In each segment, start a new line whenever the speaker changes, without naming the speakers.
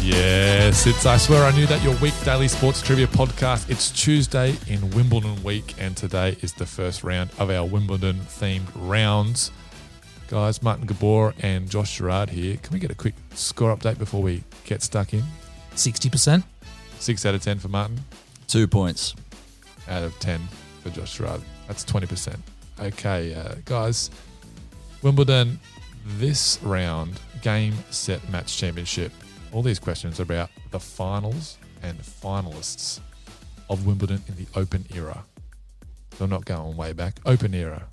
Yes, it's I Swear I Knew That, your week daily sports trivia podcast. It's Tuesday in Wimbledon week, and today is the first round of our Wimbledon themed rounds. Guys, Martin Gabor and Josh Gerard here. Can we get a quick score update before we get stuck in?
60%.
Six out of 10 for Martin,
Two points.
out of 10 for Josh Gerard. That's 20%. Okay, uh, guys, Wimbledon this round, game, set, match championship. All these questions are about the finals and finalists of Wimbledon in the open era. So I'm not going way back. Open era.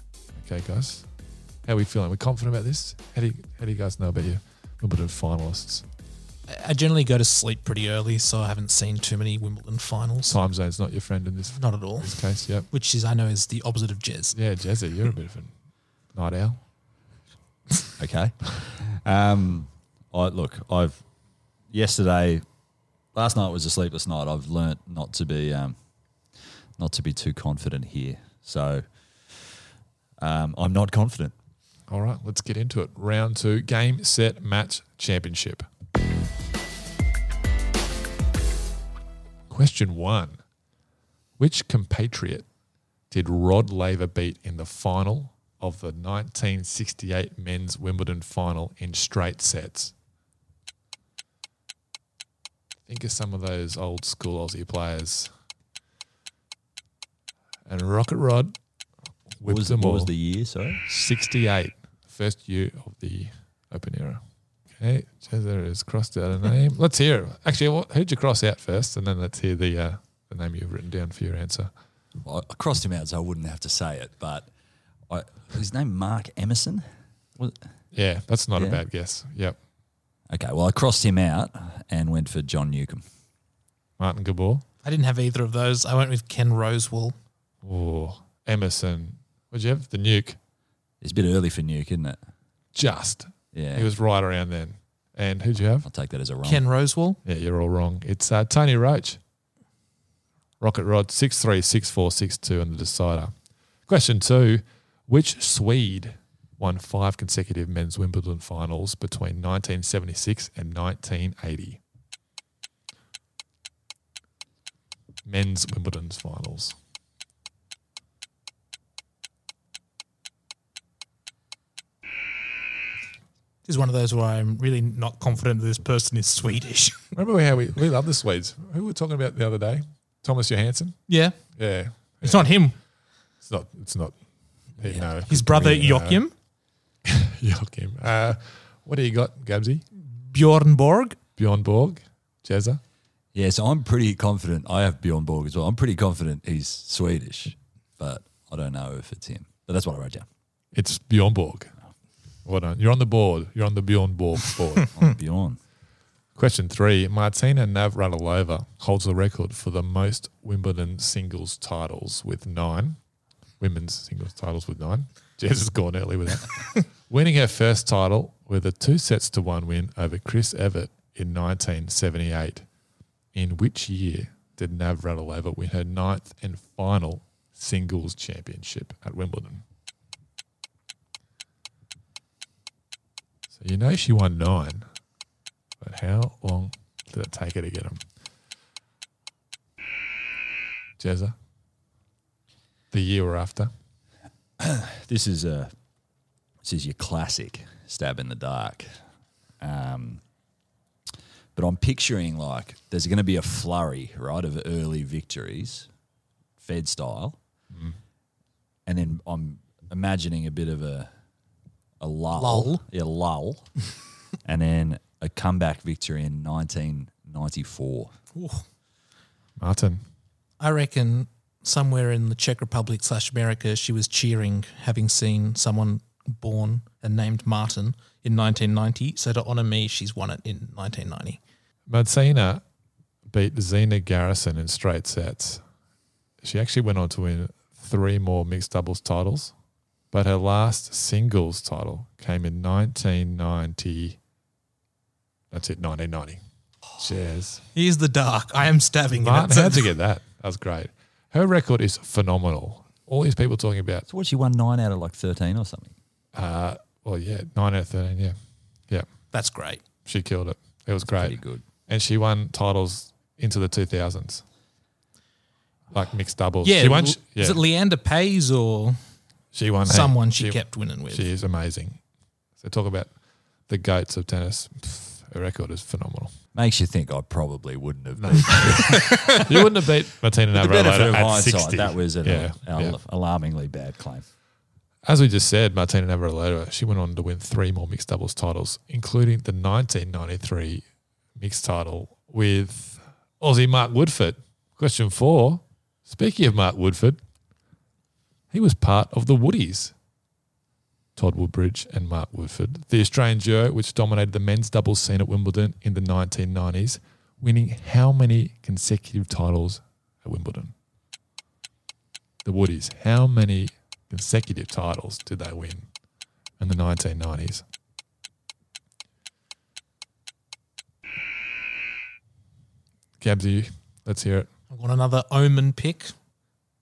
Okay, guys. How are we feeling? we confident about this? How do you, how do you guys know about your Wimbledon finalists?
I generally go to sleep pretty early, so I haven't seen too many Wimbledon finals.
Time zone's not your friend in this,
Not at all.
this case. Yep.
Which is, I know, is the opposite of jazz.
Yeah, Jazzy, you're a bit of a night owl.
Okay. Um, I look. I've yesterday, last night was a sleepless night. I've learnt not to be, um, not to be too confident here. So, um, I'm not confident.
All right, let's get into it. Round two, game, set, match, championship. Question one Which compatriot did Rod Laver beat in the final of the 1968 men's Wimbledon final in straight sets? Think of some of those old school Aussie players. And Rocket Rod
What
whipped
was,
them
what
all.
was the year? Sorry.
68, first year of the Open Era. Okay, Jezza has crossed out a name. Let's hear. Actually, what, who'd you cross out first, and then let's hear the uh, the name you've written down for your answer.
I I crossed him out so I wouldn't have to say it, but I, his name Mark Emerson. Was,
Yeah, that's not a
Yeah.
bad guess. Yep,
okay, well I crossed him out and went for John Newcomb.
Martin Gabor
I didn't have either of those. I went with Ken Rosewall.
or Emerson. What'd you have? The nuke.
It's a bit early for Nuke, isn't it?
Just
Yeah,
he was right around then. And who'd you have?
I'll take that as a wrong.
Ken Rosewall?
Yeah, you're all wrong. It's uh, Tony Roach. Rocket Rod six three six four six two and the decider. Question two: Which Swede won five consecutive men's Wimbledon finals between 1976 and 1980? Men's Wimbledon's finals.
This is one of those where I'm really not confident that this person is Swedish.
Remember how we, we love the Swedes? Who were we talking about the other day? Thomas Johansson.
yeah.
Yeah,
It's not him.
it's not. It's not. You know,
His
uh,
brother
you know.
Joachim
Joachim. Uh, what do you got, Gabsy?
Bjorn Borg.
Bjorn Borg, Jazza.
Yeah, so I'm pretty confident. I have Bjorn Borg as well. I'm pretty confident he's Swedish, but I don't know if it's him. But that's what I wrote down.
It's Bjorn Borg. Well done. You're on the board. You're on the Bjorn Borg board.
I'm Bjorn.
Question three Martina Navratilova holds the record for the most Wimbledon singles titles with nine. Women's singles titles with nine. Jazz has gone early with that. Winning her first title with a two sets to one win over Chris Evert in 1978. In which year did Navratilova win her ninth and final singles championship at Wimbledon? So you know she won nine, but how long did it take her to get them? Jezza, the year we're after.
This is a this is your classic stab in the dark. Um, but I'm picturing like there's going to be a flurry, right, of early victories, Fed style, and then I'm imagining a bit of a a lull,
Lull.
yeah, lull, and then a comeback victory in 1994.
Martin,
I reckon somewhere in the Czech Republic slash America, she was cheering, having seen someone born and named Martin in 1990. So to honour me, she's won it in 1990.
Martina beat Zena Garrison in straight sets. She actually went on to win three more mixed doubles titles, but her last singles title came in 1990. That's it, 1990. Cheers.
Here's the dark. I am stabbing.
Martin,
it.
how'd you get that? That was great. Her record is phenomenal. All these people talking about,
So what she won nine out of like 13 or something.
uh, well, yeah, 9 out of 13, yeah. Yeah,
That's great.
she killed it. It was
Pretty
great.
good.
and she won titles into the 2000s, like mixed doubles.
Yeah,
she won.
l-
sh- yeah,
is it Leander Pays or
she won. hey,
someone she, kept winning with?
She is amazing. So talk about the goats of tennis. Pff, Her record is phenomenal.
Makes you think I probably wouldn't have. been.
You wouldn't have beat Martina
With the benefit
Navratilova
of
at
hindsight,
60.
that was an
Yeah,
al-
yeah.
alarmingly bad claim.
As we just said, Martina Navratilova, she went on to win three more mixed doubles titles, including the 1993 mixed title with Aussie Mark Woodford. Question four. Speaking of Mark Woodford, he was part of the Woodies. Todd Woodbridge and Mark Woodford, the Australian duo which dominated the men's doubles scene at Wimbledon in the 1990s, winning how many consecutive titles at Wimbledon? The Woodies, how many consecutive titles did they win in the 1990s? Gabsy, let's hear it.
I want another omen pick.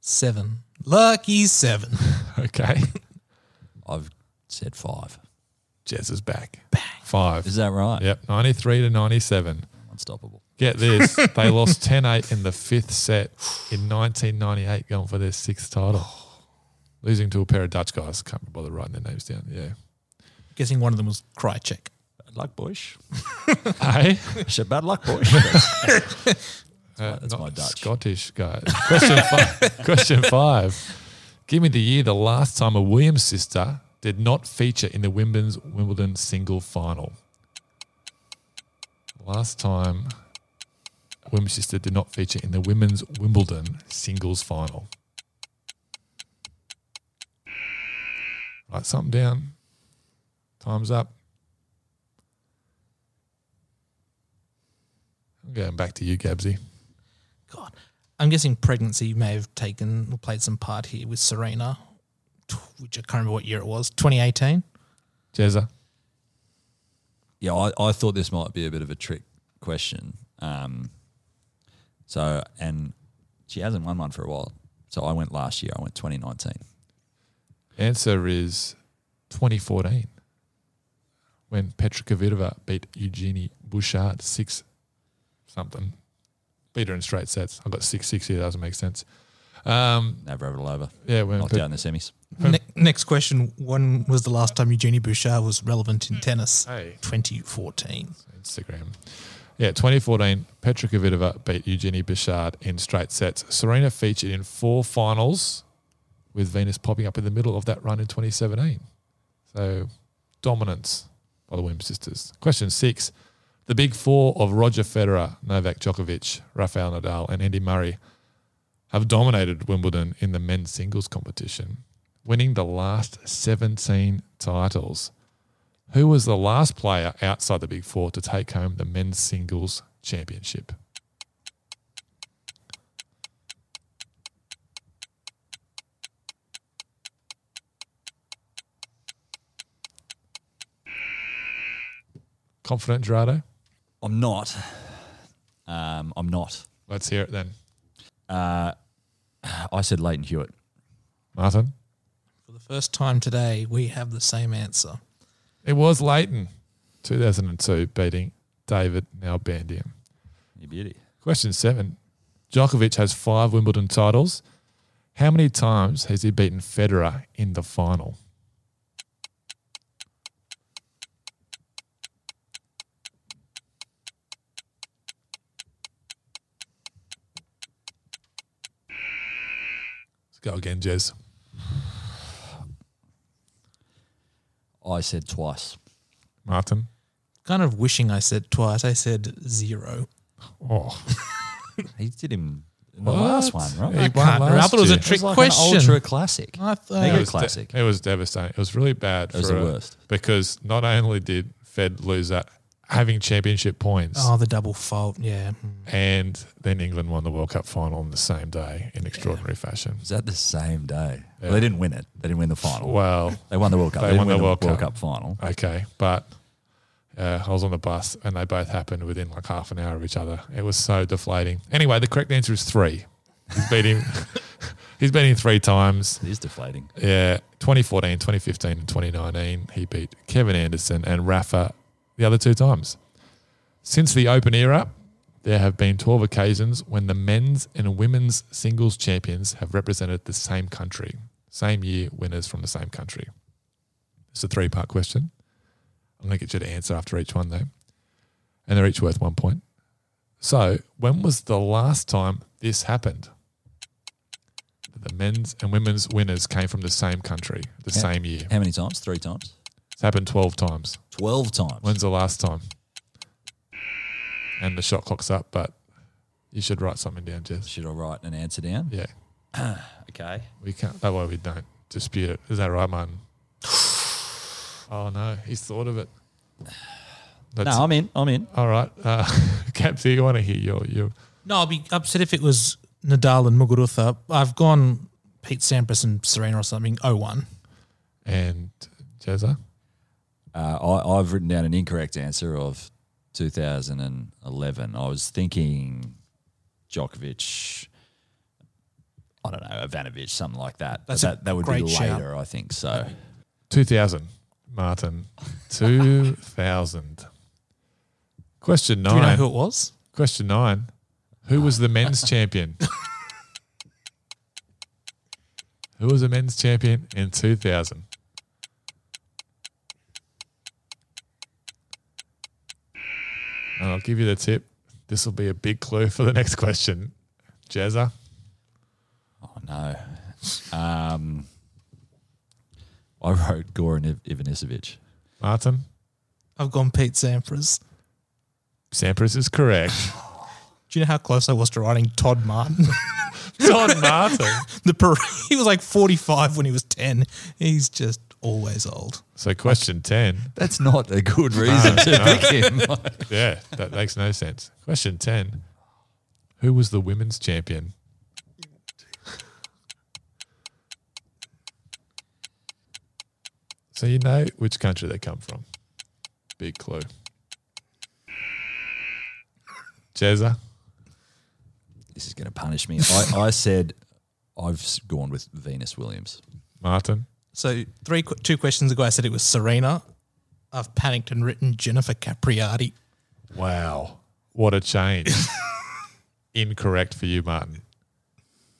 Seven. Lucky seven.
Okay.
I've said five.
Jez is back. Five.
Is that right?
Yep, 93 to 97.
Unstoppable.
Get this. they lost 10 8 in the fifth set in 1998, going for their sixth title. Losing to a pair of Dutch guys. Can't be bothered writing their names down. Yeah.
Guessing one of them was Krychek.
Bad luck, boys.
Hey?
Said bad luck, boys. That's
Uh,
that's
not
my Dutch.
Scottish guy. Question five. question five. Give me the year the last time a Williams sister did not feature in the Wimbledon's Wimbledon single final. Last time a Williams sister did not feature in the women's Wimbledon singles final. Write something down. Time's up. I'm going back to you, Gabsy.
God. I'm guessing pregnancy may have taken played some part here with Serena, t- which I can't remember what year it was. 2018.
Jezza.
yeah, I, I thought this might be a bit of a trick question. Um, so, and she hasn't won one for a while. So I went last year. I went 2019.
Answer is 2014 when Petra Kvitova beat Eugenie Bouchard six something. Beat her in straight sets. I've got six six here. That doesn't make sense. Um,
Navratilova
yeah, when
knocked
Pet-
out in the semis.
Hmm.
Ne- next question. When was the last time Eugenie Bouchard was relevant in tennis?
Hey.
2014.
Instagram. Yeah, 2014, Petra Kvitova beat Eugenie Bouchard in straight sets. Serena featured in four finals, with Venus popping up in the middle of that run in 2017. So, dominance by the Williams sisters. Question six: The big four of Roger Federer, Novak Djokovic, Rafael Nadal, and Andy Murray have dominated Wimbledon in the men's singles competition, winning the last 17 titles. Who was the last player outside the Big Four to take home the men's singles championship? Confident, Gerardo?
I'm not. Um, I'm not.
Let's hear it then.
I said Leighton Hewitt.
Martin?
For the first time today, we have the same answer.
It was Leighton, 2002, beating David, now Bandian.
You beauty.
Question seven. Djokovic has five Wimbledon titles. How many times has he beaten Federer in the final? Let's go again, Jez.
I said twice.
Martin.
Kind of wishing I said twice. I said zero.
Oh,
He did him in the last one, right?
He
I
won
can't remember. I
last
thought it was a
year.
trick
It's like
question.
an ultra classic.
I thought-
Mega
was de-
classic.
it was devastating. It was really bad.
was
for
the
a-
worst.
because not only did Fed lose that having championship points,
Oh, the double fault. Yeah.
Hmm.
Mm.
and then England won the World Cup final on the same day in extraordinary fashion.
Was that the same
Yeah.
day? Well, they didn't win it. They didn't win the final.
Well,
They won the World Cup.
They
didn't
won the
win
World
World
Cup.
Cup final.
okay, but uh, I was on the bus and they both happened within like half an hour of each other. It was so deflating. Anyway, the correct answer is three. He's beat him. he's beat him three times.
It is deflating.
Yeah, 2014, 2015, and 2019, he beat Kevin Anderson and Rafa the other two times. Since the Open era, there have been 12 occasions when the men's and women's singles champions have represented the same country, same year winners from the same country. It's a three part question. I'm going to get you to answer after each one, though. And they're each worth one point. So, when was the last time this happened? That The men's and women's winners came from the same country, the
Yeah.
same year.
How many times? Three times?
It's happened 12 times.
12 times.
When's the last time? And the shot clock's up, but you should write something down, Jess.
Should I write an answer down?
Yeah,
Okay.
we can't. That way we don't dispute it. Is that right, Martin? oh no, he's thought of it. That's,
No, I'm in. I'm in.
all right, uh, Caps. You want to hear your your?
No, I'd be upset if it was Nadal and Muguruza. I've gone Pete Sampras and Serena or something. 0-1.
And Jezza,
Uh, I, I've written down an incorrect answer of 2011. I was thinking Djokovic, I don't know, Ivanovic, something like that. But
That's a
that, that would be
great
later,
shout.
I think. So
two thousand, Martin, two thousand. Question nine.
Do you know who it was?
Question nine. Who was the men's champion? Who was the men's champion in 2000? And I'll give you the tip. This will be a big clue for the next question. Jazza,
Oh no. Um, I wrote Goran Iv- Ivanisevic.
Martin,
I've gone Pete Sampras.
Sampras is correct.
Do you know how close I was to writing Todd Martin?
Don Martin.
the per- he was like 45 when he was 10. He's just always old.
So question 10.
That's not a good reason to pick him.
Yeah, that makes no sense. Question 10. Who was the women's champion? So you know which country they come from. Big clue. Jezza.
this is going to punish me. I, I said I've s- gone with Venus Williams.
Martin,
So three, qu- two questions ago, I said it was Serena. I've panicked and written Jennifer Capriati.
wow, what a change. Incorrect for you, Martin.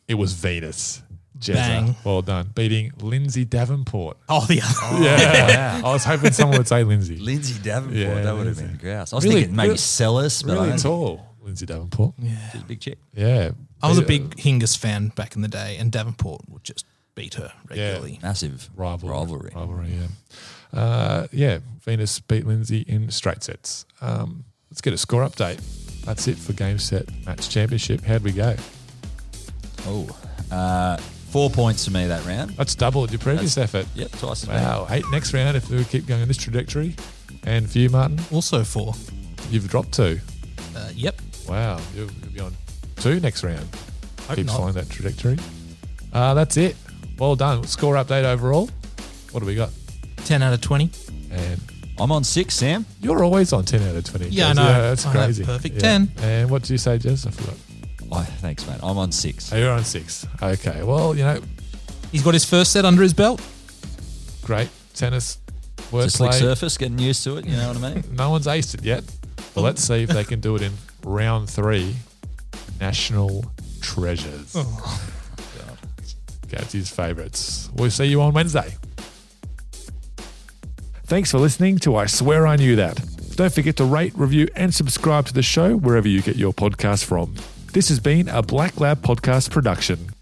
It was Venus. Jezza,
Bang.
well done. Beating Lindsay Davenport.
Oh, the other.
Yeah. I was hoping someone would say Lindsay.
Lindsay Davenport,
Yeah,
that would have
Lindsay.
been grouse. I was
Really-
thinking maybe
really-
Celis, but I
really
don't-
tall, Lindsay Davenport.
she's a big chick.
Yeah.
I was a big Hingis fan back in the day, and Davenport would just beat her regularly.
Massive
rivalry.
rivalry.
Rivalry, yeah. Uh, yeah, Venus beat Lindsay in straight sets. Um, let's get a score update. That's it for game set match championship. How'd we go?
Oh, uh, four points for me that round.
That's double your previous effort.
Yep, twice as many.
Wow. Hey, next round, if we keep going in this trajectory, and for you, Martin,
Also for,
you've dropped two.
uh, yep,
Wow. You'll you'll be on two next round.
hope
keep
not.
following that trajectory. Uh, that's it. Well done. Score update overall. What do we got?
10 out of 20.
And
I'm on six, Sam.
you're always on 10 out of 20.
Yeah, I
Jez.
know.
that's
I know.
crazy.
Perfect
Yeah.
10.
And what did you say, Jez? I forgot.
Oh, thanks, mate. I'm on six.
Oh, you're on six. Okay. Well, you know,
He's got his first set under his belt.
great tennis
It's a slick
wordplay.
surface, getting used to it. You know what I mean?
No one's aced it yet. But let's see if they can do it in round three. National treasures. Oh. his favourites. We'll see you on Wednesday. Thanks for listening to I Swear I Knew That. Don't forget to rate, review, and subscribe to the show wherever you get your podcast from. This has been a Black Lab Podcast production.